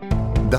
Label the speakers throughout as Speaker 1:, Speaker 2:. Speaker 1: The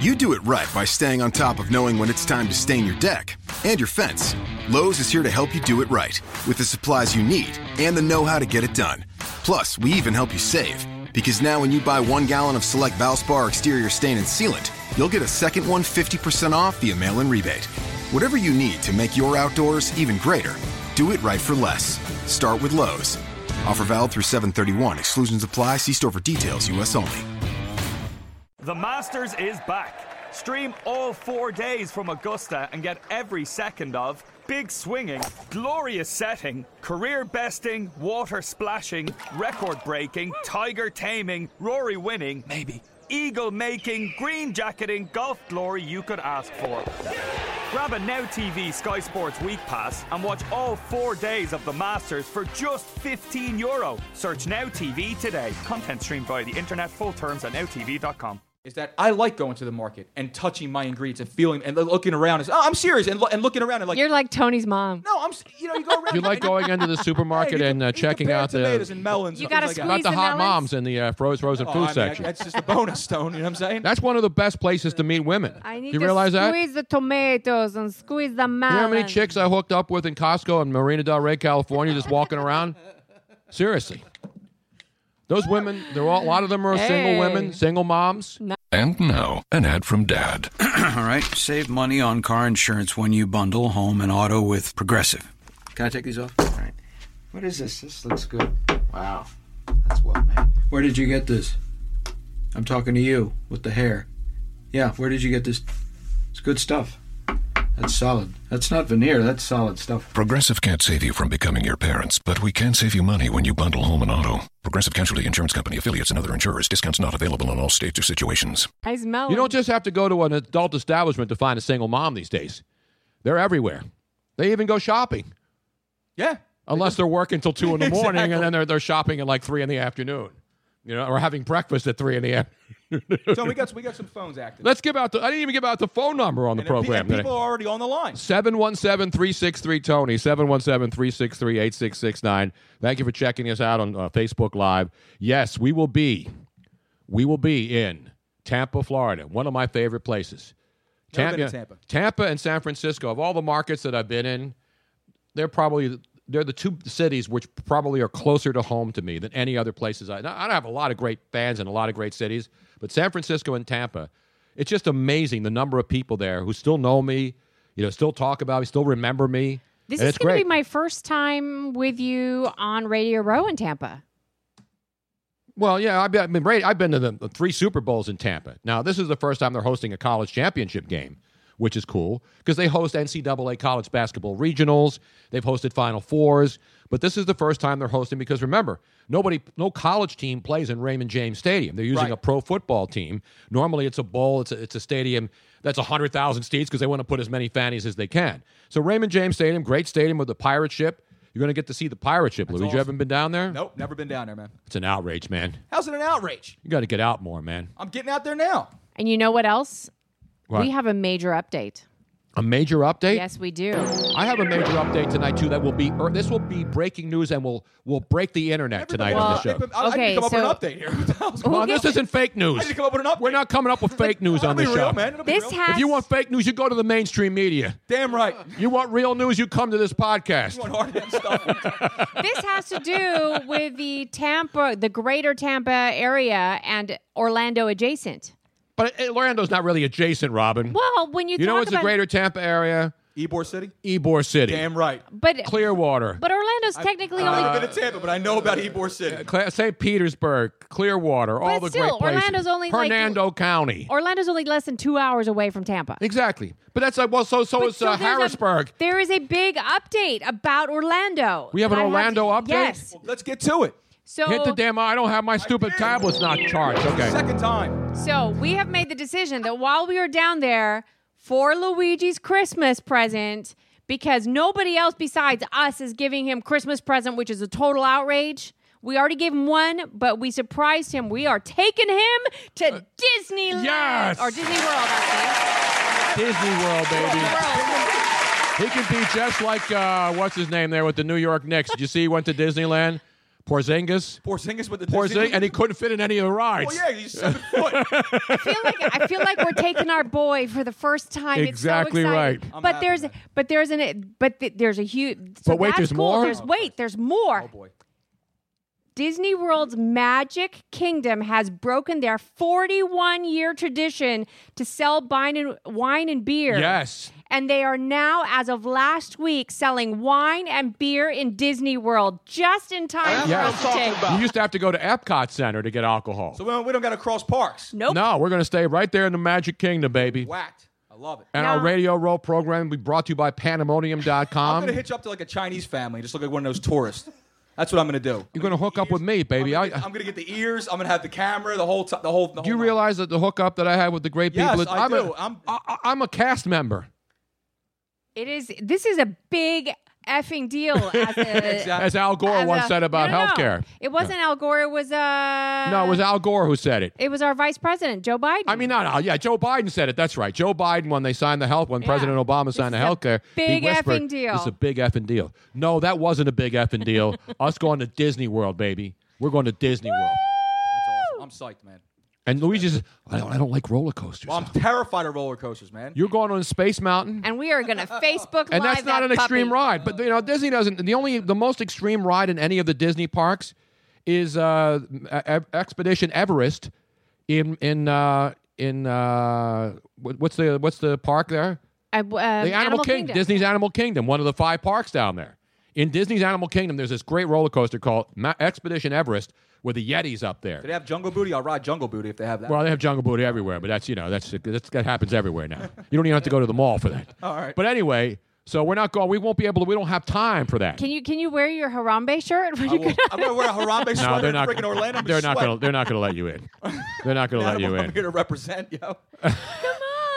Speaker 2: You do it right by staying on top of knowing when it's time to stain your deck and your fence. Lowe's is here to help you do it right with the supplies you need and the know how to get it done. Plus, we even help you save because now when you buy one gallon of select Valspar exterior stain and sealant, you'll get a second one 50% off via mail in rebate. Whatever you need to make your outdoors even greater, do it right for less. Start with Lowe's. Offer valid through 731. Exclusions apply. See store for details, U.S. only.
Speaker 3: The Masters is back. Stream all four days from Augusta and get every second of big swinging, glorious setting, career besting, water splashing, record breaking, tiger taming, Rory winning, maybe eagle making, green jacketing, golf glory you could ask for. Grab a Now TV Sky Sports Week Pass and watch all four days of the Masters for just 15 euro. Search Now TV today. Content streamed via the internet, full terms at nowtv.com
Speaker 4: is that I like going to the market and touching my ingredients and feeling and looking around. Is, oh, I'm serious and, lo- and looking around and like
Speaker 5: You're like Tony's mom.
Speaker 4: no, I'm s- you know you go around.
Speaker 6: You like going into the
Speaker 4: Hey, you
Speaker 6: supermarket
Speaker 4: can-
Speaker 6: and uh,
Speaker 4: you can
Speaker 6: checking
Speaker 4: compare
Speaker 6: out
Speaker 4: tomatoes
Speaker 6: the
Speaker 4: and melons,
Speaker 5: You
Speaker 4: and things
Speaker 5: gotta
Speaker 4: like that.
Speaker 6: not
Speaker 5: squeeze
Speaker 6: the
Speaker 5: the
Speaker 6: hot
Speaker 5: melons?
Speaker 6: moms in the uh, froze frozen
Speaker 4: Oh, I
Speaker 6: food
Speaker 4: mean,
Speaker 6: section.
Speaker 4: That's just a bonus stone. You know what I'm saying?
Speaker 6: That's one of the best places to meet women.
Speaker 5: I need
Speaker 6: you
Speaker 5: to
Speaker 6: realize that?
Speaker 5: squeeze the tomatoes and squeeze the melon.
Speaker 6: You know how many chicks I hooked up with in Costco and Marina Del Rey, California, just walking around? Seriously. Those women, they're all, a lot of them are
Speaker 5: Hey.
Speaker 6: single women, single moms.
Speaker 7: And now, an ad from Dad.
Speaker 8: All right, save money on car insurance when you bundle home and auto with Progressive. Can I take these off? All right. What is this? This looks good. Wow. That's well made. Where did you get this? I'm talking to you with the hair. Yeah, where did you get this? It's good stuff. That's solid. That's not veneer, that's solid stuff.
Speaker 7: Progressive can't save you from becoming your parents, but we can save you money when you bundle home and auto. Progressive Casualty Insurance Company affiliates and other insurers. Discounts not available in all states or situations.
Speaker 5: I smell
Speaker 6: You
Speaker 5: it.
Speaker 6: don't just have to go to an adult establishment to find a single mom these days. They're everywhere. They even go shopping,
Speaker 4: yeah.
Speaker 6: unless they're working till 2 in the morning and then they're, they're shopping at like 3 in the afternoon, you know, or having breakfast at 3 in the afternoon.
Speaker 4: So we got we got some phones active.
Speaker 6: Let's give out the, I didn't even give out the phone number on the
Speaker 4: and pe-
Speaker 6: program.
Speaker 4: and
Speaker 6: today.
Speaker 4: people are already on the line.
Speaker 6: 717 363 Tony, 717 363 8669. Thank you for checking us out on uh, Facebook Live. Yes, we will be. We will be in Tampa, Florida, one of my favorite places.
Speaker 4: Never been to Tampa.
Speaker 6: Tampa and San Francisco, of all the markets that I've been in, they're probably they're the two cities which probably are closer to home to me than any other places. I, now, I have a lot of great fans and a lot of great cities, but San Francisco and Tampa, it's just amazing the number of people there who still know me, you know, still talk about me, still remember me.
Speaker 5: This
Speaker 6: and
Speaker 5: is
Speaker 6: it's
Speaker 5: going to
Speaker 6: great.
Speaker 5: be my first time with you on Radio Row in Tampa.
Speaker 6: Well, yeah, I've been, I've been, right- I've been to the the three Super Bowls in Tampa. Now, this is the first time they're hosting a college championship game, which is cool because they host NCAA college basketball regionals. They've hosted Final Fours, but this is the first time they're hosting because remember, nobody, no college team plays in Raymond James Stadium. They're using
Speaker 4: Right.
Speaker 6: a pro football team. Normally, it's a bowl, it's a, it's a stadium that's 100,000 seats because they want to put as many fannies as they can. So, Raymond James Stadium, great stadium with the pirate ship. You're going to get to see the pirate ship, Louis. You
Speaker 4: awesome.
Speaker 6: haven't been down there?
Speaker 4: Nope, never been down there, man.
Speaker 6: It's an outrage, man.
Speaker 4: How's it an outrage?
Speaker 6: You got to get out more, man.
Speaker 4: I'm getting out there now.
Speaker 5: And you know what else?
Speaker 6: What?
Speaker 5: We have a major update.
Speaker 6: A major update.
Speaker 5: Yes, we do.
Speaker 6: I have a major update tonight too. That will be or this will be breaking news and will will break the internet tonight on the
Speaker 5: Well,
Speaker 6: show.
Speaker 4: I, I need
Speaker 5: Okay,
Speaker 4: to come
Speaker 5: so-
Speaker 4: up with an update here. What's going
Speaker 6: Well,
Speaker 4: on?
Speaker 6: this isn't fake news.
Speaker 4: I need to come up with an update.
Speaker 6: We're not coming up with fake news
Speaker 4: It'll
Speaker 6: on
Speaker 4: be
Speaker 6: the
Speaker 4: real,
Speaker 6: show.
Speaker 4: man. It'll be
Speaker 5: This
Speaker 4: real.
Speaker 5: has
Speaker 6: If you want fake news, you go to the mainstream media.
Speaker 4: Damn right.
Speaker 6: You want real news, you come to this podcast.
Speaker 4: You want hard hitting stuff.
Speaker 5: this has to do with the Tampa, the greater Tampa area and Orlando adjacent.
Speaker 6: But Orlando's not really adjacent, Robin.
Speaker 5: Well, when you,
Speaker 6: you know
Speaker 5: talk
Speaker 6: what's the
Speaker 5: about
Speaker 6: greater Tampa area?
Speaker 4: Ybor City.
Speaker 6: Ybor City,
Speaker 4: Damn right.
Speaker 5: but
Speaker 6: Clearwater,
Speaker 5: but Orlando's technically
Speaker 4: I've
Speaker 5: only
Speaker 6: Uh,
Speaker 4: never been to Tampa, but I know about Ybor City.
Speaker 6: Cla- St. Petersburg, Clearwater, all the
Speaker 5: still,
Speaker 6: great places.
Speaker 5: Orlando's only, like,
Speaker 6: Hernando County.
Speaker 5: Orlando's only less than two hours away from Tampa.
Speaker 6: Exactly. But that's like, well, so so
Speaker 5: But
Speaker 6: is
Speaker 5: so
Speaker 6: uh,
Speaker 5: there's a-
Speaker 6: Harrisburg.
Speaker 5: there is a big update about Orlando.
Speaker 6: We have an
Speaker 5: And I
Speaker 6: Orlando update?
Speaker 5: Yes.
Speaker 4: Let's get to it.
Speaker 5: So
Speaker 6: Hit the damn! I don't have my stupid tablet's not charged. Okay.
Speaker 4: Second time.
Speaker 5: So we have made the decision that while we were down there for Luigi's Christmas present, because nobody else besides us is giving him Christmas present, which is a total outrage. We already gave him one, but we surprised him. We are taking him to Disneyland
Speaker 6: Uh, yes!
Speaker 5: or Disney World. Actually.
Speaker 6: Disney World, baby.
Speaker 5: World.
Speaker 6: He can be just like uh, what's his name there with the New York Knicks. Did you see he went to Disneyland? Porzingis.
Speaker 4: Porzingis with the
Speaker 6: Porzingis, and he couldn't fit in any of the rides.
Speaker 4: Oh yeah, he's seven foot.
Speaker 5: I feel like I feel like we're taking our boy for the first time.
Speaker 6: Exactly
Speaker 5: it's so
Speaker 6: right.
Speaker 5: exciting. But there's but there's an but th- there's a huge. so
Speaker 6: But wait,
Speaker 5: that's
Speaker 6: there's
Speaker 5: cool.
Speaker 6: more?
Speaker 5: There's wait, there's more.
Speaker 4: Oh boy.
Speaker 5: Disney World's Magic Kingdom has broken their 41 year tradition to sell wine and, wine and beer.
Speaker 6: Yes.
Speaker 5: And they are now, as of last week, selling wine and beer in Disney World just in time for
Speaker 6: Yes.
Speaker 5: us to take.
Speaker 6: You used to have to go to Epcot Center to get alcohol.
Speaker 4: So we don't, we don't got to cross parks.
Speaker 5: Nope.
Speaker 6: No, we're going to stay right there in the Magic Kingdom, baby.
Speaker 4: Whacked. I love it.
Speaker 6: And
Speaker 5: No.
Speaker 6: our radio roll program will be brought to you by
Speaker 4: I'm
Speaker 6: Panamonium.com.
Speaker 4: gonna hitch up to like a Chinese family, just look like one of those tourists. That's what I'm gonna do.
Speaker 6: You're going to hook up with me, baby. I,
Speaker 4: I'm gonna, get the ears. I'm gonna have the camera. The whole. T- the whole. The
Speaker 6: do you
Speaker 4: whole
Speaker 6: realize that the hookup that I had with the great
Speaker 4: Yes,
Speaker 6: people? is-
Speaker 4: I
Speaker 6: I'm
Speaker 4: do.
Speaker 6: A,
Speaker 4: I'm-
Speaker 6: I, I- I'm a cast member.
Speaker 5: It is. This is a big effing deal. As a,
Speaker 4: Uh,
Speaker 6: As Al Gore
Speaker 5: as
Speaker 6: once
Speaker 5: a-
Speaker 6: said about
Speaker 5: no, no, no.
Speaker 6: healthcare.
Speaker 5: It wasn't Al Gore. It was. Uh,
Speaker 6: No, it was Al Gore who said it.
Speaker 5: It was our vice president, Joe Biden.
Speaker 6: I mean, not Al. Yeah, Joe Biden said it. That's right. Joe Biden, when they signed the health, when President Obama signed the
Speaker 5: is a
Speaker 6: health care,
Speaker 5: big
Speaker 6: he whispered,
Speaker 5: effing deal.
Speaker 6: It's a big effing deal. No, that wasn't a big effing deal. Us going to Disney World, baby. We're going to Disney World.
Speaker 4: That's awesome. I'm psyched, man.
Speaker 6: And Luigi says, I don't, I don't like roller coasters.
Speaker 4: Well, I'm terrified of roller coasters, man.
Speaker 6: You're going on Space Mountain.
Speaker 5: and we are going to Facebook
Speaker 6: Oh. and
Speaker 5: live
Speaker 6: that's not
Speaker 5: that
Speaker 6: an extreme
Speaker 5: puppy.
Speaker 6: ride. But you know, Disney doesn't. The only, the most extreme ride in any of the Disney parks is uh, E- Expedition Everest in in uh, in uh, what- what's the what's the park there?
Speaker 5: I- uh,
Speaker 6: The Animal, Kingdom. Disney's Animal Kingdom, one of the five parks down there. In Disney's Animal Kingdom, there's this great roller coaster called Ma- Expedition Everest with the Yetis up there.
Speaker 4: Do they have Jungle Booty? I'll ride Jungle Booty if they have that.
Speaker 6: Well, they have Jungle Booty everywhere, but that's you know that's, that's that happens everywhere now. You don't even have to go to the mall for that. All
Speaker 4: right.
Speaker 6: But anyway, so we're not going. We won't be able to. We don't have time for that.
Speaker 5: Can you can you wear your Harambe shirt? When
Speaker 4: I
Speaker 5: you
Speaker 4: will, I'm gonna wear a Harambe sweater.
Speaker 6: no, they're
Speaker 4: in
Speaker 6: not.
Speaker 4: Freaking Orlando. I'm
Speaker 6: They're not
Speaker 4: sweating.
Speaker 6: going. to They're not going to let you in. They're not going to let you
Speaker 4: I'm here
Speaker 6: in.
Speaker 4: to represent, yo.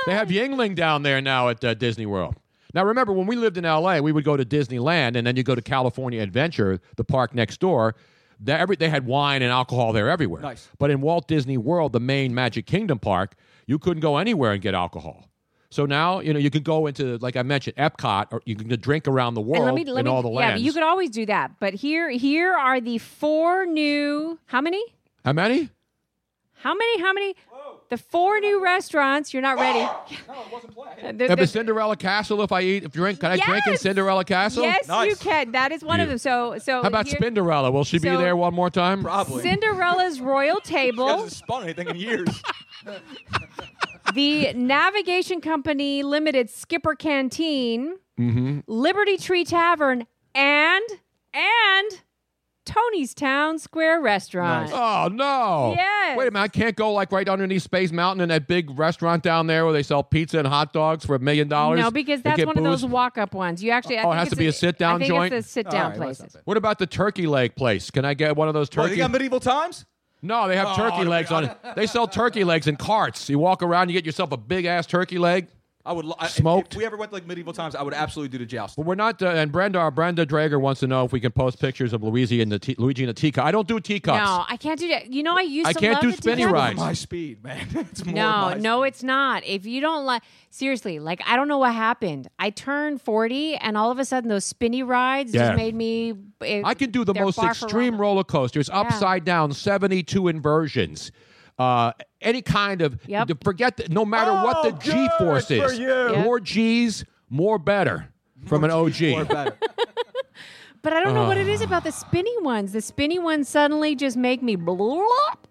Speaker 6: They have Yingling down there now at uh, Disney World. Now remember, when we lived in L.A., we would go to Disneyland, and then you go to California Adventure, the park next door. That every they had wine and alcohol there everywhere.
Speaker 4: Nice.
Speaker 6: But in Walt Disney World, the main Magic Kingdom park, you couldn't go anywhere and get alcohol. So now you know you can go into like I mentioned Epcot, or you can drink around the world in all the
Speaker 5: yeah,
Speaker 6: lands.
Speaker 5: but you could always do that. But here here are the four new how many?
Speaker 6: How many?
Speaker 5: How many? How many? The four new restaurants. You're not ready. They're-
Speaker 6: Yeah,
Speaker 5: they're-
Speaker 6: but Cinderella Castle. If I eat, if drink, can I drink in
Speaker 5: Yes!
Speaker 6: Cinderella Castle?
Speaker 5: yes, you
Speaker 4: Nice.
Speaker 5: can. That is one of them. So so
Speaker 6: How about
Speaker 5: here-
Speaker 6: Spinderella? Will she be
Speaker 5: So-
Speaker 6: there one more time?
Speaker 4: Probably.
Speaker 5: Cinderella's royal
Speaker 4: She
Speaker 5: table,
Speaker 4: hasn't spun anything in years.
Speaker 5: the Navigation Company Limited Skipper Canteen,
Speaker 6: Mm-hmm.
Speaker 5: Liberty Tree Tavern, and and Tony's Town Square Restaurant.
Speaker 6: Oh no!
Speaker 5: Yes.
Speaker 6: Wait a minute! I can't go like right underneath Space Mountain in that big restaurant down there where they sell pizza and hot dogs for a million dollars.
Speaker 5: No, because
Speaker 6: Oh, They
Speaker 5: that's
Speaker 6: get
Speaker 5: one of those
Speaker 6: booze.
Speaker 5: walk-up ones. You actually. I
Speaker 6: Oh, it
Speaker 5: think
Speaker 6: has to
Speaker 5: it's
Speaker 6: be a sit-down
Speaker 5: I think
Speaker 6: joint?
Speaker 5: It's the sit-down
Speaker 4: right, well, that's
Speaker 5: places.
Speaker 6: What about the turkey leg place? Can I get one of those
Speaker 4: Well, Oh, they
Speaker 6: turkey?
Speaker 4: got medieval times?
Speaker 6: no, they have turkey legs on it. They sell turkey legs in carts. You walk around, you get yourself a big ass turkey leg.
Speaker 4: I would lo- I- if-
Speaker 6: Smoked.
Speaker 4: If we ever went to like medieval times, I would absolutely do the joust.
Speaker 6: But we're not. Uh, and Brenda, our Brenda Drager wants to know if we can post pictures of Luigi in the tea, Luigi in a teacup. I don't do teacups.
Speaker 5: No, I can't do that. You know, I used
Speaker 6: I
Speaker 5: to.
Speaker 6: can't
Speaker 5: love
Speaker 6: do
Speaker 5: the
Speaker 6: spinny
Speaker 5: teacup.
Speaker 6: rides.
Speaker 4: My speed, man. It's more
Speaker 5: No,
Speaker 4: my
Speaker 5: no,
Speaker 4: speed.
Speaker 5: it's not. If you don't like, seriously, like I don't know what happened. I turned forty, and all of a sudden, those spinny rides
Speaker 6: Yeah.
Speaker 5: just made me. it-
Speaker 6: I can do the
Speaker 5: they're
Speaker 6: most
Speaker 5: barf
Speaker 6: extreme
Speaker 5: around.
Speaker 6: roller coasters, upside down, 72 inversions. Uh, any kind of
Speaker 5: Yep.
Speaker 6: to forget that no matter what the G force
Speaker 4: Oh, good for
Speaker 6: is,
Speaker 4: you.
Speaker 6: more G's, more better from an
Speaker 4: Or
Speaker 6: OG.
Speaker 4: better.
Speaker 5: But I don't know what it is about the spinny ones. The spinny ones suddenly just make me. Blop.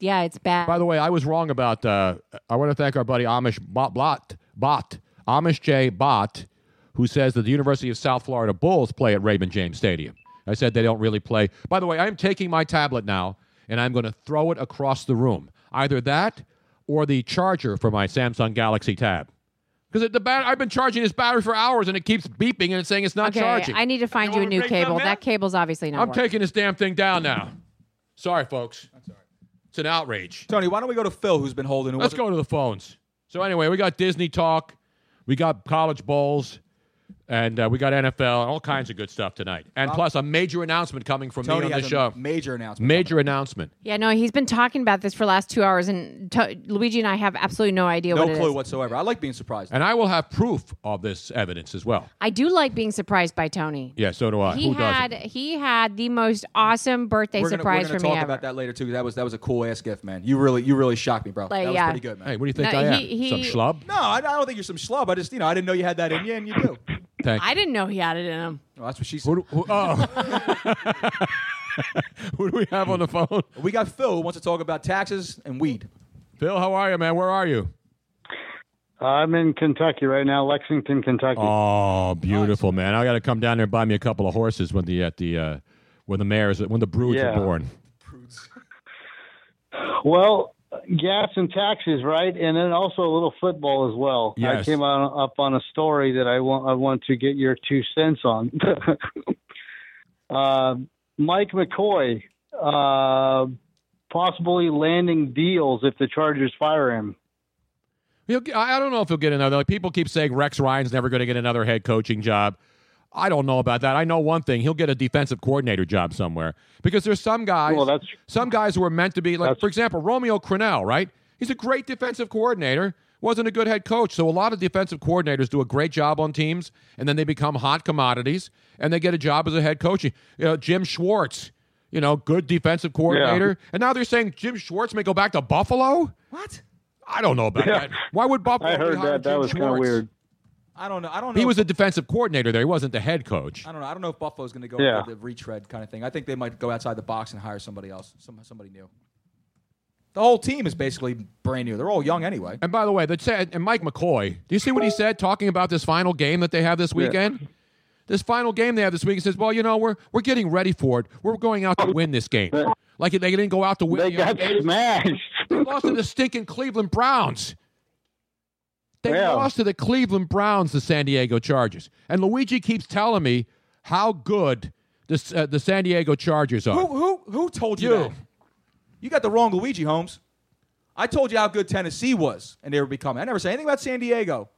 Speaker 5: Yeah, it's bad.
Speaker 6: By the way, I was wrong about. Uh, I want to thank our buddy Amish Bot Blot Bot Amish J Bot, who says that the University of South Florida Bulls play at Raymond James Stadium. I said they don't really play. By the way, I'm taking my tablet now and I'm going to throw it across the room. Either that or the charger for my Samsung Galaxy Tab. Because the bat- I've been charging this battery for hours and it keeps beeping and it's saying it's not
Speaker 5: Okay,
Speaker 6: charging.
Speaker 5: I need to find you a new
Speaker 3: wanna break that
Speaker 5: cable.
Speaker 3: man?
Speaker 5: That cable's obviously not
Speaker 6: I'm
Speaker 5: working.
Speaker 6: taking this damn thing down now. Sorry, folks. It's an outrage.
Speaker 4: Tony, why don't we go to Phil, who's been holding? who
Speaker 6: Let's
Speaker 4: wasn't-
Speaker 6: go to the phones. So anyway, we got Disney talk, we got college bowls, and uh, we got NFL and all kinds of good stuff tonight. And plus, a major announcement coming from
Speaker 4: Tony
Speaker 6: me on
Speaker 4: has
Speaker 6: the
Speaker 4: a
Speaker 6: show.
Speaker 4: major announcement.
Speaker 6: major announcement.
Speaker 5: Yeah, no, he's been talking about this for the last two hours, and to- Luigi and I have absolutely no idea
Speaker 4: No
Speaker 5: what it
Speaker 4: clue
Speaker 5: is.
Speaker 4: whatsoever. I like being surprised.
Speaker 6: And I will have proof of this evidence as well.
Speaker 5: I do like being surprised by Tony.
Speaker 6: Yeah, so do I.
Speaker 5: He
Speaker 6: Who
Speaker 5: had
Speaker 6: doesn't?
Speaker 5: he had the most awesome birthday
Speaker 4: we're gonna,
Speaker 5: surprise
Speaker 4: we're gonna
Speaker 5: for
Speaker 4: talk
Speaker 5: me
Speaker 4: about
Speaker 5: ever.
Speaker 4: that later too. 'cause That was that was a cool ass gift, man. You really you really shocked me, bro.
Speaker 5: Like,
Speaker 4: that was
Speaker 5: yeah.
Speaker 4: pretty good, man.
Speaker 6: Hey, what do you think
Speaker 5: No,
Speaker 6: I am?
Speaker 5: he- he-
Speaker 6: Some schlub?
Speaker 4: no, I, I don't think you're some schlub. I just you know I didn't know you had that in you, and you do.
Speaker 6: Thank
Speaker 5: I didn't know he had it in him.
Speaker 4: Well, that's what she said.
Speaker 6: Who do, who, oh. who do we have on the phone?
Speaker 4: we got Phil who wants to talk about taxes and weed.
Speaker 6: Phil, how are you, man? Where are you?
Speaker 9: I'm in Kentucky right now, Lexington, Kentucky.
Speaker 6: Oh, beautiful, man! I got to come down there and buy me a couple of horses when the at the uh, when the mares when the broods
Speaker 9: Yeah.
Speaker 6: are born.
Speaker 9: Well, gas and taxes, right? And then also a little football as well. I
Speaker 6: Yes.
Speaker 9: came on, up on a story that I want I want to get your two cents on. uh, Mike McCoy uh, possibly landing deals if the Chargers fire him.
Speaker 6: He'll, get- I I don't know if he'll get another. Like, people keep saying Rex Ryan's never going to get another head coaching job. I don't know about that. I know one thing: he'll get a defensive coordinator job somewhere because there's some guys.
Speaker 9: Well, that's-
Speaker 6: some guys who are meant to be like,
Speaker 9: That's-
Speaker 6: for example, Romeo Crennel. Right? He's a great defensive coordinator. Wasn't a good head coach. So a lot of defensive coordinators do a great job on teams, and then they become hot commodities, and they get a job as a head coach. You know, Jim Schwartz. You know, good defensive coordinator, and now they're saying Jim Schwartz may go back to Buffalo.
Speaker 4: What?
Speaker 6: I don't know about that. Why would Buffalo?
Speaker 9: I
Speaker 6: be
Speaker 9: heard
Speaker 6: hiring
Speaker 9: that. That
Speaker 6: Jim
Speaker 9: was kind of
Speaker 6: Schwartz?
Speaker 9: weird.
Speaker 4: I don't know. I don't know.
Speaker 6: He was
Speaker 4: if-
Speaker 6: a defensive coordinator there. He wasn't the head coach.
Speaker 4: I don't know. I don't know if Buffalo's going to go
Speaker 9: Yeah.
Speaker 4: for the retread kind of thing. I think they might go outside the box and hire somebody else, some, somebody new. The whole team is basically brand new. They're all young anyway.
Speaker 6: And by the way, that said, and Mike McCoy, do you see what he said talking about this final game that they have this weekend? This final game they have this week, he says, "Well, you know, we're we're getting ready for it. We're going out to win this game. Like they didn't go out to win.
Speaker 9: They
Speaker 6: the
Speaker 9: got
Speaker 6: other game.
Speaker 9: smashed.
Speaker 6: They lost to the stinking Cleveland Browns. They
Speaker 9: Yeah.
Speaker 6: lost to the Cleveland Browns, the San Diego Chargers. And Luigi keps telling me how good this, uh, the San Diego Chargers are.
Speaker 4: Who who who told you?
Speaker 6: You.
Speaker 4: that? You got the wrong Luigi Holmes. I told you how good Tennessee was, and they were becoming. I never said anything about San Diego.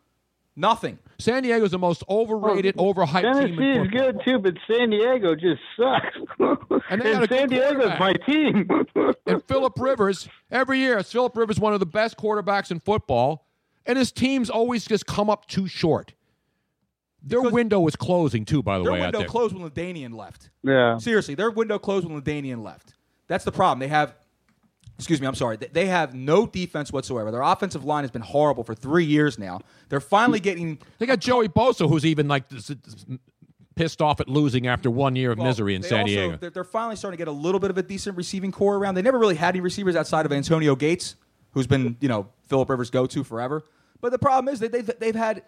Speaker 4: Nothing.
Speaker 6: San Diego's the most overrated,
Speaker 4: Oh,
Speaker 6: overhyped team
Speaker 9: Tennessee
Speaker 6: in
Speaker 9: is
Speaker 6: football.
Speaker 9: good too, but San Diego just sucks.
Speaker 6: And
Speaker 9: And,
Speaker 6: they got a good
Speaker 9: San Diego's my
Speaker 6: quarterback.
Speaker 9: team.
Speaker 6: And Philip Rivers, every year, it's Philip Rivers one of the best quarterbacks in football, and his teams always just come up too short. Their window is closing too, by the
Speaker 4: Their
Speaker 6: way. out
Speaker 4: window
Speaker 6: there.
Speaker 4: closed when Ladanian left.
Speaker 6: Um,
Speaker 9: yeah.
Speaker 4: Seriously, their window closed when Ladanian left. That's the problem. They have, excuse me, I'm sorry. They- They have no defense whatsoever. Their offensive line has been horrible for three years now. They're finally getting
Speaker 6: they got Joey Bosa, who's even like this- this- pissed off at losing after one year of
Speaker 4: well,
Speaker 6: misery in
Speaker 4: they
Speaker 6: San
Speaker 4: also-
Speaker 6: Diego.
Speaker 4: They're, they're finally starting to get a little bit of a decent receiving core around. They never really had any receivers outside of Antonio Gates, who's been you know Philip Rivers' go-to forever. But the problem is that they've they've had.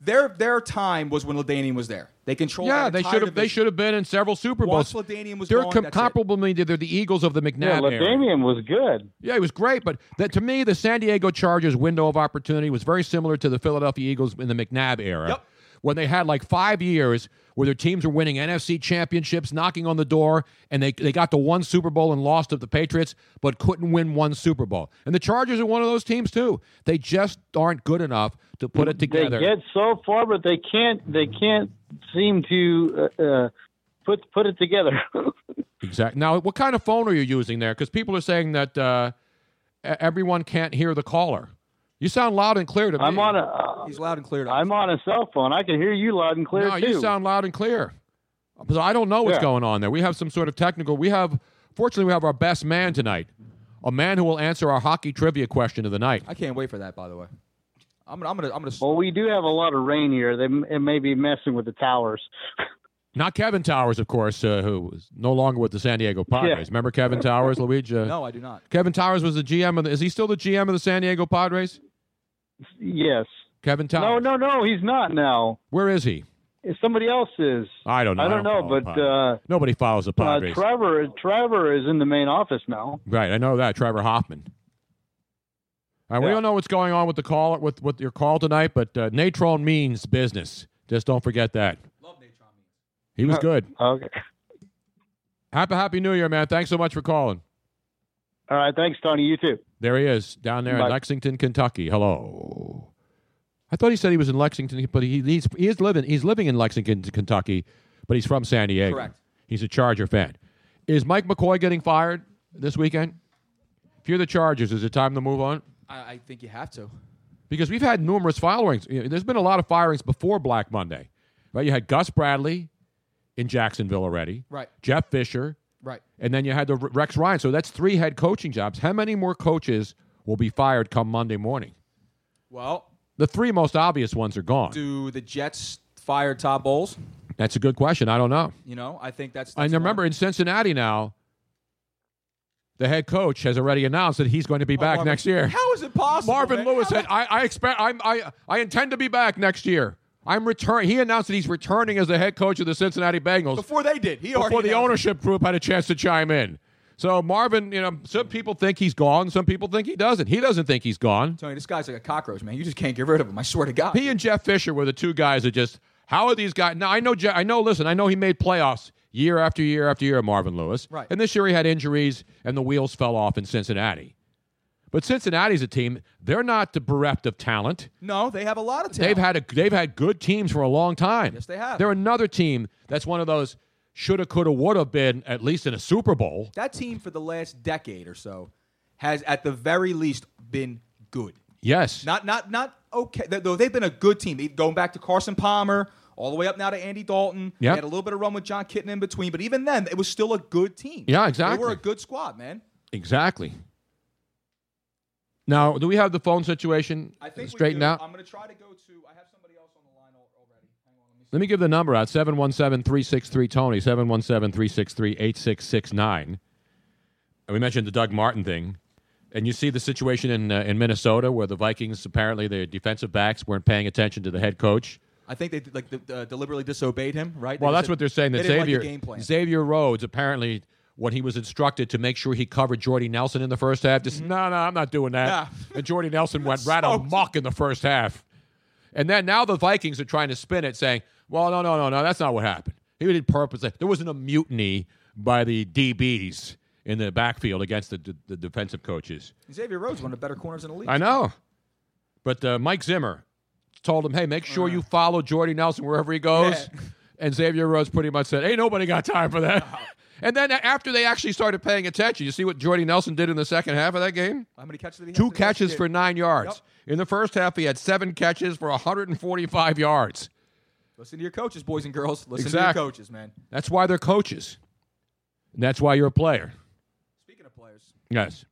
Speaker 4: Their, their time was when Ladanian was there. They controlled.
Speaker 6: Yeah,
Speaker 4: that
Speaker 6: they
Speaker 4: entire
Speaker 6: should have. They
Speaker 4: division.
Speaker 6: should have been in several Super
Speaker 4: Once
Speaker 6: Bowls.
Speaker 4: Ladainian was
Speaker 6: they're
Speaker 4: gone, that's it.
Speaker 6: comparable to me. They're the Eagles of the McNabb
Speaker 9: Yeah,
Speaker 6: era.
Speaker 9: Ladainian was good.
Speaker 6: Yeah, he was great, but that to me, the San Diego Chargers window of opportunity was very similar to the Philadelphia Eagles in the McNabb era,
Speaker 4: Yep.
Speaker 6: when they had like five years where their teams were winning NFC championships, knocking on the door, and they they got to one Super Bowl and lost to the Patriots, but couldn't win one Super Bowl. And the Chargers are one of those teams too. They just aren't good enough to put it
Speaker 9: They
Speaker 6: together.
Speaker 9: get so far, but they can't. They can't seem to uh, uh, put put it together.
Speaker 6: Exactly. Now, what kind of phone are you using there? Because people are saying that uh, e- everyone can't hear the caller. You sound loud and clear to me.
Speaker 9: I'm on a uh,
Speaker 4: He's loud and clear. to
Speaker 9: I'm on a cell phone. I can hear you loud and clear
Speaker 6: no,
Speaker 9: too.
Speaker 6: you sound loud and clear. Because I don't know what's
Speaker 9: Yeah.
Speaker 6: going on there. We have some sort of technical. We have, fortunately, we have our best man tonight, a man who will answer our hockey trivia question of the night.
Speaker 4: I can't wait for that. By the way, I'm gonna I'm gonna I'm gonna.
Speaker 9: well, we do have a lot of rain here. They it may be messing with the towers.
Speaker 6: Not Kevin Towers, of course, uh, who is no longer with the San Diego Padres. Remember Kevin Towers, Luigi? Uh,
Speaker 4: no, I do not.
Speaker 6: Kevin Towers was the GM of the. Is he still the GM of the San Diego Padres?
Speaker 9: Yes.
Speaker 6: Kevin
Speaker 9: No,
Speaker 6: Towers.
Speaker 9: no, no. He's not now.
Speaker 6: Where is he?
Speaker 9: Somebody else is.
Speaker 6: I don't know.
Speaker 9: I don't know,
Speaker 6: follow the
Speaker 9: but,
Speaker 6: Padres.
Speaker 9: uh,
Speaker 6: nobody follows the
Speaker 9: Uh,
Speaker 6: Padres,
Speaker 9: Trevor Trevor is in the main office now.
Speaker 6: right? I know that Trevor Hoffman. All right, Uh, we don't know what's going on with the call with with your call tonight, but uh, Natron means business. Just don't forget that. Love Natron. He was good.
Speaker 9: Okay.
Speaker 6: Happy Happy New Year, man! Thanks so much for calling.
Speaker 9: All right. Thanks, Tony. You too.
Speaker 6: There he is down there in
Speaker 9: Bye.
Speaker 6: Lexington, Kentucky. Hello. I thought he said he was in Lexington, but he, he's he is living he's living in Lexington, Kentucky, but he's from San Diego.
Speaker 4: Correct.
Speaker 6: He's a Charger fan. Is Mike McCoy getting fired this weekend? If you're the Chargers, is it time to move on?
Speaker 4: I, I think you have to.
Speaker 6: because we've had numerous firings. You know, There's been a lot of firings before Black Monday, right? You had Gus Bradley in Jacksonville already,
Speaker 4: Right.
Speaker 6: Jeff Fisher,
Speaker 4: Right.
Speaker 6: and then you had the R- Rex Ryan. So that's three head coaching jobs. How many more coaches will be fired come Monday morning?
Speaker 4: Well,
Speaker 6: The three most obvious ones are gone.
Speaker 4: do the Jets fire Todd Bowles?
Speaker 6: That's a good question. I don't know.
Speaker 4: You know, I think that's.
Speaker 6: And
Speaker 4: that's
Speaker 6: remember,
Speaker 4: one.
Speaker 6: in Cincinnati now, the head coach has already announced that he's going to be
Speaker 4: Oh,
Speaker 6: back
Speaker 4: Marvin-
Speaker 6: next year.
Speaker 4: How is it possible?
Speaker 6: Marvin
Speaker 4: man?
Speaker 6: Lewis
Speaker 4: How
Speaker 6: said,
Speaker 4: the-
Speaker 6: "I, I expect I'm, I I intend to be back next year. I'm return." He announced that he's returning as the head coach of the Cincinnati Bengals
Speaker 4: before they did. He
Speaker 6: before
Speaker 4: already
Speaker 6: the
Speaker 4: announced-
Speaker 6: ownership group had a chance to chime in. So Marvin, you know, some people think he's gone. Some people think he doesn't. He doesn't think he's gone.
Speaker 4: Tony, this guy's like a cockroach, man. You just can't get rid of him. I swear to God.
Speaker 6: He and Jeff Fisher were the two guys that just. How are these guys? Now I know. Je- I know. Listen, I know he made playoffs year after year after year. Marvin Lewis,
Speaker 4: Right.
Speaker 6: And this year he had injuries, and the wheels fell off in Cincinnati. But Cincinnati's a team. They're not bereft of talent.
Speaker 4: no, they have a lot of talent.
Speaker 6: They've had a, they've had good teams for a long time.
Speaker 4: Yes, they have.
Speaker 6: They're another team that's one of those shoulda, coulda, woulda been at least in a Super Bowl.
Speaker 4: that team for the last decade or so has, at the very least, been good.
Speaker 6: Yes,
Speaker 4: Not not not okay. th- Though they've been a good team. They- Going back to Carson Palmer, all the way up now to Andy Dalton. They
Speaker 6: Yep.
Speaker 4: had a little bit of run with John Kitten in between, but even then, it was still a good team.
Speaker 6: Yeah,
Speaker 4: They
Speaker 6: exactly.
Speaker 4: were a good squad, man.
Speaker 6: exactly. Now, do we have the phone situation
Speaker 4: I think we
Speaker 6: straightened
Speaker 4: do. Um,
Speaker 6: out?
Speaker 4: I'm going to try to go to. I have somebody else on the line al- already. Hang on, let me see.
Speaker 6: Let me give the number out 717 363 Tony, 717 363 8669. We mentioned the Doug Martin thing. And you see the situation in, uh, in Minnesota where the Vikings, apparently their defensive backs weren't paying attention to the head coach.
Speaker 4: I think they like the, uh, deliberately disobeyed him, right?
Speaker 6: Well,
Speaker 4: They
Speaker 6: that's
Speaker 4: said-
Speaker 6: what they're saying. That
Speaker 4: they didn't like the
Speaker 6: Xavier
Speaker 4: game plan.
Speaker 6: Xavier Rhodes apparently, when he was instructed to make sure he covered Jordy Nelson in the first half, just no, no, I'm not doing that.
Speaker 4: Nah.
Speaker 6: And Jordy Nelson went right
Speaker 4: Smoked.
Speaker 6: amok in the first half. And then now the Vikings are trying to spin it, saying, "Well, no, no, no, no, that's not what happened. He did purposely. There wasn't a mutiny by the DBs in the backfield against the, the defensive coaches."
Speaker 4: Xavier Rhodes, one of the better corners in the league.
Speaker 6: I know. But uh, Mike Zimmer told him, hey, make sure you follow Jordy Nelson wherever he goes.
Speaker 4: Mm. Yeah.
Speaker 6: And Xavier Rhodes pretty much said, hey, nobody got time for that. And then a- after they actually started paying attention, you see what Jordy Nelson did in the second half of that game?
Speaker 4: How many catches did he have?
Speaker 6: Two
Speaker 4: Did he have-
Speaker 6: catches
Speaker 4: did-
Speaker 6: for nine yards. In the first half, he had seven catches for 145 yards.
Speaker 4: Listen to your coaches, boys and girls. Listen to
Speaker 6: Exactly.
Speaker 4: your coaches, man.
Speaker 6: That's why they're coaches. And that's why you're a player.
Speaker 4: Speaking of players,
Speaker 6: Yes.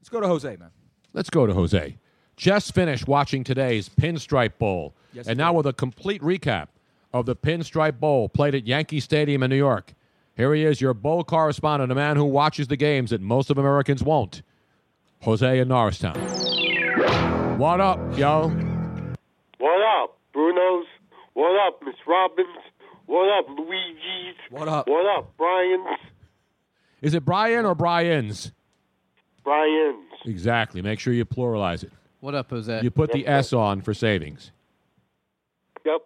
Speaker 4: let's go to Jose, man.
Speaker 6: Let's go to Jose. Just finished watching today's Pinstripe Bowl.
Speaker 4: Yes,
Speaker 6: and
Speaker 4: he
Speaker 6: now
Speaker 4: did.
Speaker 6: with a complete recap of the Pinstripe Bowl played at Yankee Stadium in New York. Here he is, your bowl correspondent, a man who watches the games that most of Americans won't. Jose in Norristown. What up, yo?
Speaker 10: What up, Bruno's? What up, Miss Robbins? What up, Luigi's?
Speaker 4: What up?
Speaker 10: What up, Brian's?
Speaker 6: Is it Brian or Brian's?
Speaker 10: Brian's.
Speaker 6: Exactly. Make sure you pluralize it.
Speaker 11: What up, Jose?
Speaker 6: You put the S on for savings.
Speaker 10: Yep.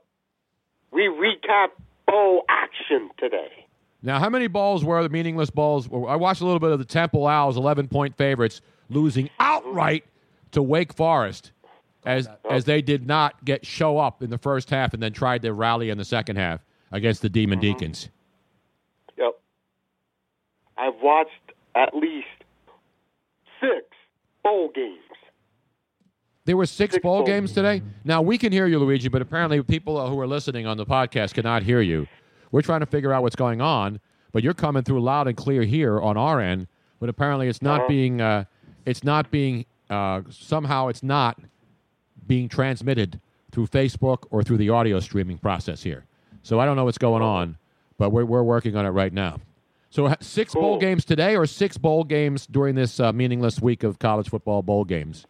Speaker 10: We recap bowl action today.
Speaker 6: Now, how many balls were the meaningless balls? Well, I watched a little bit of the Temple Owls, 11 point favorites, losing outright to Wake Forest as, as they did not get show up in the first half and then tried to rally in the second half against the Demon Deacons.
Speaker 10: Yep. I've watched at least six bowl games.
Speaker 6: There were six,
Speaker 10: Six
Speaker 6: ball
Speaker 10: ball
Speaker 6: games today. Now, we can hear you, Luigi, but apparently people who are listening on the podcast cannot hear you. We're trying to figure out what's going on, but you're coming through loud and clear here on our end, but apparently it's not being, uh, it's not being, uh, somehow it's not being transmitted through Facebook or through the audio streaming process here. So I don't know what's going on, but we're, we're working on it right now. So ha- six bowl
Speaker 10: Cool.
Speaker 6: games today or six bowl games during this uh, meaningless week of college football bowl games?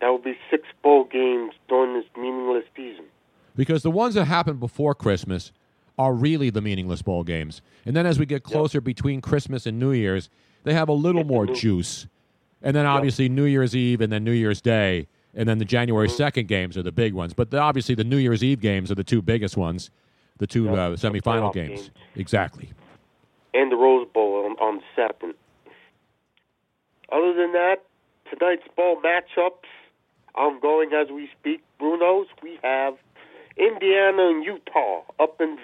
Speaker 10: That will be six bowl games during this meaningless season.
Speaker 6: because the ones that happen before Christmas are really the meaningless bowl games. And then as we get closer between Christmas and New Year's, they have a little more juice. And then obviously New Year's Eve and then New Year's Day. And then the January
Speaker 11: Mm-hmm.
Speaker 6: 2nd games are the big ones. But the, obviously the New Year's Eve games are the two biggest ones, the two uh, semifinal
Speaker 11: playoff
Speaker 6: games.
Speaker 11: games.
Speaker 6: Exactly.
Speaker 11: and the Rose Bowl on, on the second. Other than that, tonight's bowl matchups ongoing as we speak. Bruno's we have Indiana and Utah up in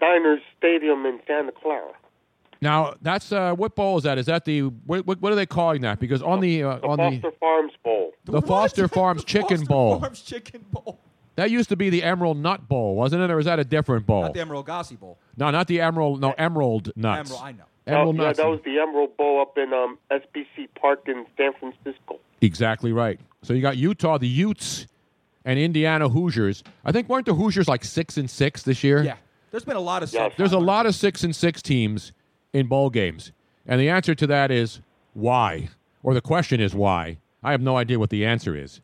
Speaker 11: Diners Stadium in Santa Clara.
Speaker 6: Now, that's uh, what bowl is that? Is that the what, what, what are they calling that? Because on the uh, on
Speaker 11: Foster
Speaker 6: the
Speaker 11: Farms Bowl.
Speaker 6: the Foster Farms Chicken Bowl.
Speaker 4: Chicken Bowl.
Speaker 6: That used to be the Emerald Nut Bowl, wasn't it? Or is that a different bowl?
Speaker 4: Not the Emerald Gossi Bowl.
Speaker 6: no, not the Emerald. No, Emerald Nuts.
Speaker 4: Emerald, I know.
Speaker 6: Emerald
Speaker 11: yeah,
Speaker 6: Nuts.
Speaker 11: that was the Emerald Bowl up in um, SBC Park in San Francisco.
Speaker 6: Exactly right. So you got Utah, the Utes, and Indiana Hoosiers. I think weren't the Hoosiers like six and six this year?
Speaker 4: Yeah. There's been a lot of stuff.
Speaker 6: There's a lot of six and six teams in bowl games, and the answer to that is why, or the question is why. I have no idea what the answer is,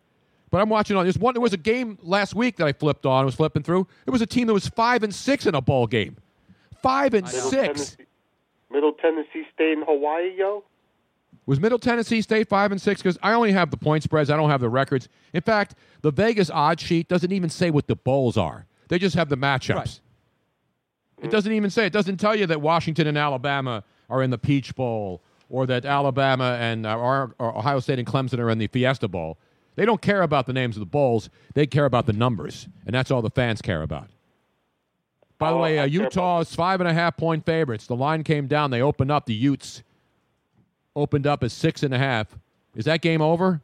Speaker 6: but I'm watching on. There's one. There was a game last week that I flipped on. I was flipping through. It was a team that was five and six in a bowl game. Five and
Speaker 11: Middle
Speaker 6: six
Speaker 11: Tennessee, Middle Tennessee State in Hawaii, yo.
Speaker 6: was Middle Tennessee State five and six because I only have the point spreads. I don't have the records. In fact, the Vegas odd sheet doesn't even say what the bowls are. They just have the matchups.
Speaker 4: Right.
Speaker 6: It doesn't even say. It doesn't tell you that Washington and Alabama are in the Peach Bowl or that Alabama and uh, or, or Ohio State and Clemson are in the Fiesta Bowl. They don't care about the names of the bowls. They care about the numbers, and that's all the fans care about. By the
Speaker 11: Oh,
Speaker 6: way, uh,
Speaker 11: I care about-
Speaker 6: Utah is five and a half point favorites. The line came down. They opened up. The Utes opened up as six and a half. Is that game over?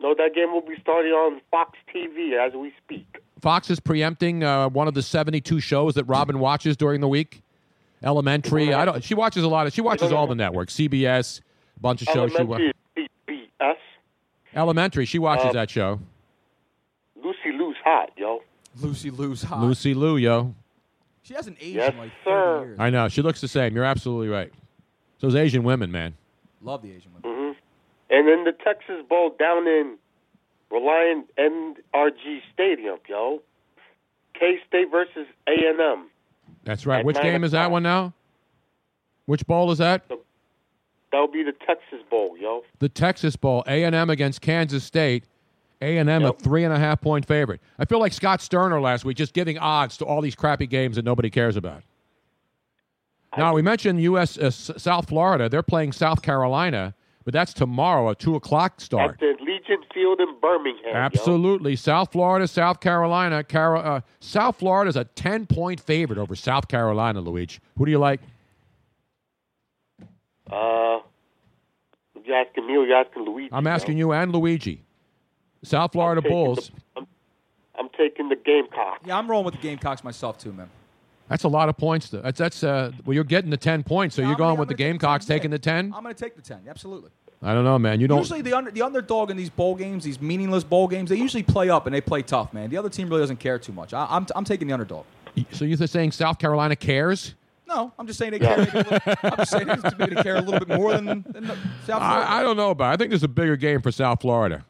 Speaker 11: No, that game will be starting on Fox TV as we speak.
Speaker 6: Fox is preempting uh, one of the 72 shows that Robin watches during the week. Elementary. I don't. She watches a lot of. She watches all the networks. CBS, bunch of shows. She wa-
Speaker 11: Elementary is CBS.
Speaker 6: Elementary. She watches
Speaker 11: Uh,
Speaker 6: that show.
Speaker 11: Lucy Lou's hot, yo.
Speaker 4: Lucy Lou's
Speaker 11: uh,
Speaker 4: hot.
Speaker 6: Lucy Lou, yo.
Speaker 4: She hasn't aged
Speaker 11: Yes,
Speaker 4: in like 30
Speaker 11: sir.
Speaker 4: years.
Speaker 6: I know. She looks the same. You're absolutely right. Those Asian women, man.
Speaker 4: Love the Asian women.
Speaker 11: And then the Texas Bowl down in Reliant NRG Stadium, yo. K State versus A and M.
Speaker 6: That's right.
Speaker 11: At
Speaker 6: Which
Speaker 11: nine
Speaker 6: game is that
Speaker 11: o'clock.
Speaker 6: one now? Which bowl is that?
Speaker 11: That'll be the Texas Bowl, yo.
Speaker 6: the Texas Bowl, A and M against Kansas State. A and M a
Speaker 11: Yep.
Speaker 6: three and a half point favorite. I feel like Scott Sterner last week, just giving odds to all these crappy games that nobody cares about. Now we mentioned U.S. Uh, S- South Florida. They're playing South Carolina, but that's tomorrow, a two o'clock start.
Speaker 11: At the Legion Field in Birmingham. Yo.
Speaker 6: Absolutely. South Florida, South Carolina. Carol, uh, South Florida's a 10 point favorite over South Carolina, Luigi. Who do you like?
Speaker 11: Uh, if you're asking me or you're asking Luigi.
Speaker 6: I'm asking you and Luigi. South Florida Bulls.
Speaker 11: I'm, I'm taking the Gamecock.
Speaker 4: Yeah, I'm rolling with the Gamecocks myself too, man.
Speaker 6: That's a lot of points. Though. That's that's uh, well, you're getting the ten points, so
Speaker 4: Yeah,
Speaker 6: you're
Speaker 4: I'm
Speaker 6: going
Speaker 4: gonna-
Speaker 6: with
Speaker 4: I'm
Speaker 6: the
Speaker 4: gonna take
Speaker 6: Gamecocks taking the ten.
Speaker 4: I'm going to take the 10. Absolutely.
Speaker 6: I don't know, man. You don't.
Speaker 4: Usually the under, the underdog in these bowl games, these meaningless bowl games, they usually play up and they play tough, man. The other team really doesn't care too much. I, I'm, I'm taking the underdog.
Speaker 6: so you're saying South Carolina cares?
Speaker 4: No, I'm just saying they care. maybe a little- I'm just saying they maybe they care a little bit more than, than the South Florida.
Speaker 6: I, I don't know, but I think there's a bigger game for South Florida.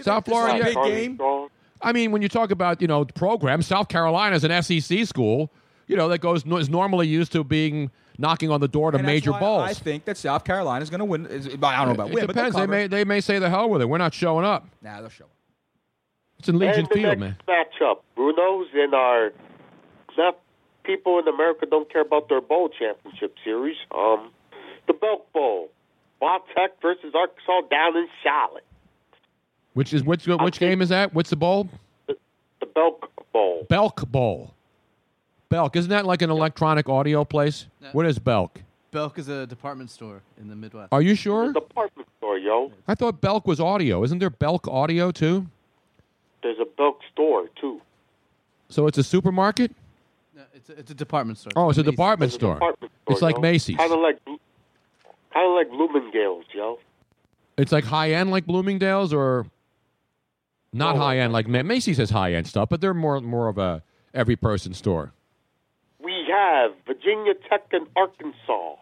Speaker 6: South
Speaker 4: this is
Speaker 6: Florida.
Speaker 4: a
Speaker 6: yeah.
Speaker 4: big
Speaker 11: Charlie
Speaker 4: game.
Speaker 11: Strong.
Speaker 6: I mean, when you talk about you know the program, South Carolina's an SEC school. You know that goes is normally used to being knocking on the door to
Speaker 4: And that's
Speaker 6: major
Speaker 4: why
Speaker 6: bowls.
Speaker 4: I think that South Carolina is going to win. Is, I don't know about
Speaker 6: it
Speaker 4: win, but
Speaker 6: depends.
Speaker 4: they'll
Speaker 6: They
Speaker 4: cover.
Speaker 6: may they may say the hell with it. We're not showing up.
Speaker 4: Nah, they'll show it.
Speaker 6: It's in Legion
Speaker 11: and the
Speaker 6: Field, man.
Speaker 11: next matchup, Bruno's and our not people in America don't care about their bowl championship series. Um, the Belk Bowl, Bob Tech versus Arkansas down in Charlotte.
Speaker 6: Which is which? Which game is that? What's the bowl?
Speaker 11: The Belk Bowl.
Speaker 6: Belk Bowl. Belk, isn't that like an electronic audio place? What is Belk?
Speaker 12: Belk is a department store in the Midwest.
Speaker 6: Are you sure?
Speaker 11: Department store, yo.
Speaker 6: I thought Belk was audio. Isn't there Belk audio too?
Speaker 11: There's a Belk store too.
Speaker 6: So it's a supermarket?
Speaker 12: No, it's, a, it's a department store.
Speaker 6: Oh, it's a
Speaker 12: Macy's.
Speaker 6: department
Speaker 11: There's a
Speaker 6: store.
Speaker 11: department store,
Speaker 6: It's like
Speaker 11: yo.
Speaker 6: Macy's.
Speaker 11: Kind of like, kind of like Bloomingdale's, yo.
Speaker 6: It's like high end like Bloomingdale's or not
Speaker 11: No.
Speaker 6: high end like Ma- Macy's has high end stuff, but they're more more of a every person store.
Speaker 11: We have Virginia Tech and Arkansas.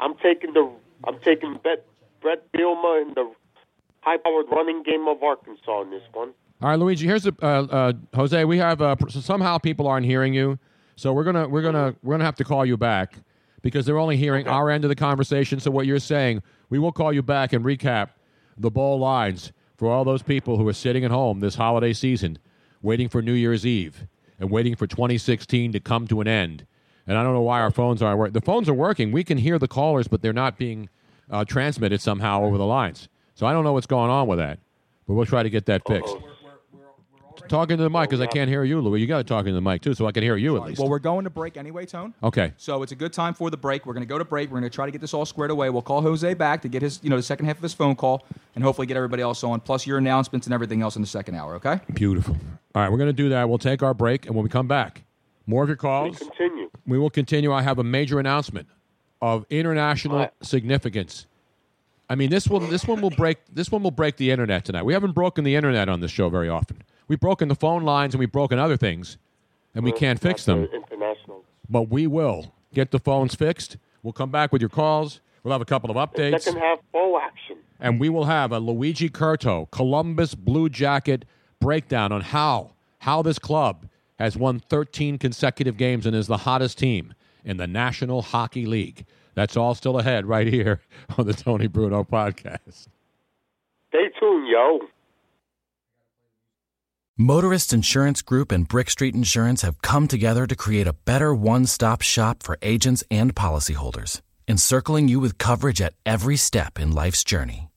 Speaker 11: I'm taking the I'm taking Bet, Brett Bielma in the high-powered running game of Arkansas in this one.
Speaker 6: All right, Luigi. Here's the uh, uh, Jose. We have uh, pr- so somehow people aren't hearing you, so we're gonna we're gonna we're gonna have to call you back. because they're only hearing our end of the conversation. So what you're saying, we will call you back and recap the ball lines for all those people who are sitting at home this holiday season, waiting for New Year's Eve and waiting for 2016 to come to an end. And I don't know why our phones aren't working. The phones are working. We can hear the callers, but they're not being uh, transmitted somehow over the lines. So I don't know what's going on with that, but we'll try to get that fixed. Talking to the mic because I can't hear you, Louis. You got to talk into the mic too, so I can hear you at least.
Speaker 4: Well, we're going to break anyway, Tone.
Speaker 6: Okay.
Speaker 4: So it's a good time for the break. We're going to go to break. We're going to try to get this all squared away. We'll call Jose back to get his, you know, the second half of his phone call, and hopefully get everybody else on, plus your announcements and everything else in the second hour. Okay.
Speaker 6: Beautiful. All right, we're going to do that. We'll take our break, and when we come back, more of your calls.
Speaker 11: Continue.
Speaker 6: We will continue. I have a major announcement of international significance. I mean, this will this one will break this one will break the internet tonight. We haven't broken the internet on this show very often. We've broken the phone lines and we've broken other things, and
Speaker 11: Mm,
Speaker 6: we can't fix them.
Speaker 11: International.
Speaker 6: But we will get the phones fixed. We'll come back with your calls. We'll have a couple of updates.
Speaker 11: Second half bowl action.
Speaker 6: And we will have a Luigi Curto, Columbus Blue Jacket breakdown on how how this club has won 13 consecutive games and is the hottest team in the National Hockey League. That's all still ahead right here on the Tony Bruno podcast.
Speaker 11: Stay tuned, yo.
Speaker 13: Motorist Insurance Group and Brick Street Insurance have come together to create a better one stop shop for agents and policyholders, encircling you with coverage at every step in life's journey.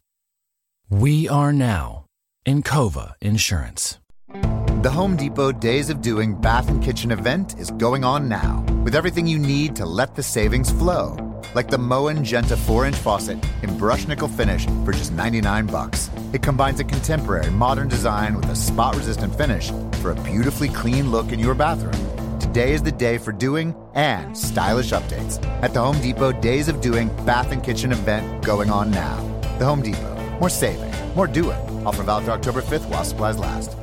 Speaker 13: We are now Encova Insurance.
Speaker 1: The Home Depot Days of Doing Bath and Kitchen event is going on now with everything you need to let the savings flow. Like the Moen Genta 4 inch faucet in brush nickel finish for just 99 bucks. It combines a contemporary modern design with a spot resistant finish for a beautifully clean look in your bathroom. Today is the day for doing and stylish updates at the Home Depot Days of Doing Bath and Kitchen event going on now. The Home Depot. More saving, more doing. Offer valid through October 5th while supplies last.